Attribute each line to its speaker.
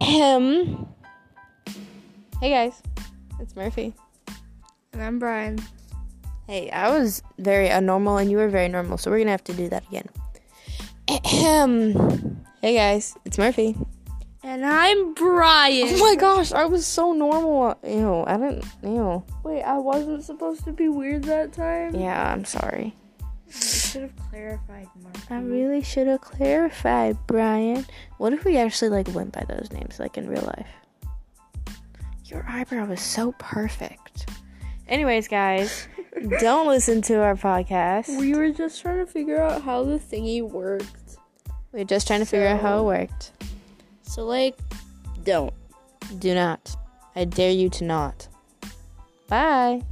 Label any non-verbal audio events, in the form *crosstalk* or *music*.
Speaker 1: Um. Hey guys, it's Murphy.
Speaker 2: And I'm Brian.
Speaker 1: Hey, I was very abnormal and you were very normal, so we're gonna have to do that again. Ahem. Hey guys, it's *laughs* Murphy.
Speaker 2: And I'm Brian.
Speaker 1: Oh my gosh, I was so normal. Ew, I didn't. Ew.
Speaker 2: Wait, I wasn't supposed to be weird that time.
Speaker 1: Yeah, I'm sorry.
Speaker 2: should have clarified more.
Speaker 1: I really should have clarified, Brian. What if we actually like went by those names, like in real life? Your eyebrow was so perfect. Anyways, *laughs* guys, don't listen to our podcast.
Speaker 2: We were just trying to figure out how the thingy worked.
Speaker 1: We're just trying to figure out how it
Speaker 2: So-
Speaker 1: worked.
Speaker 2: So like,
Speaker 1: Don't. Do not. I dare you to not. Bye.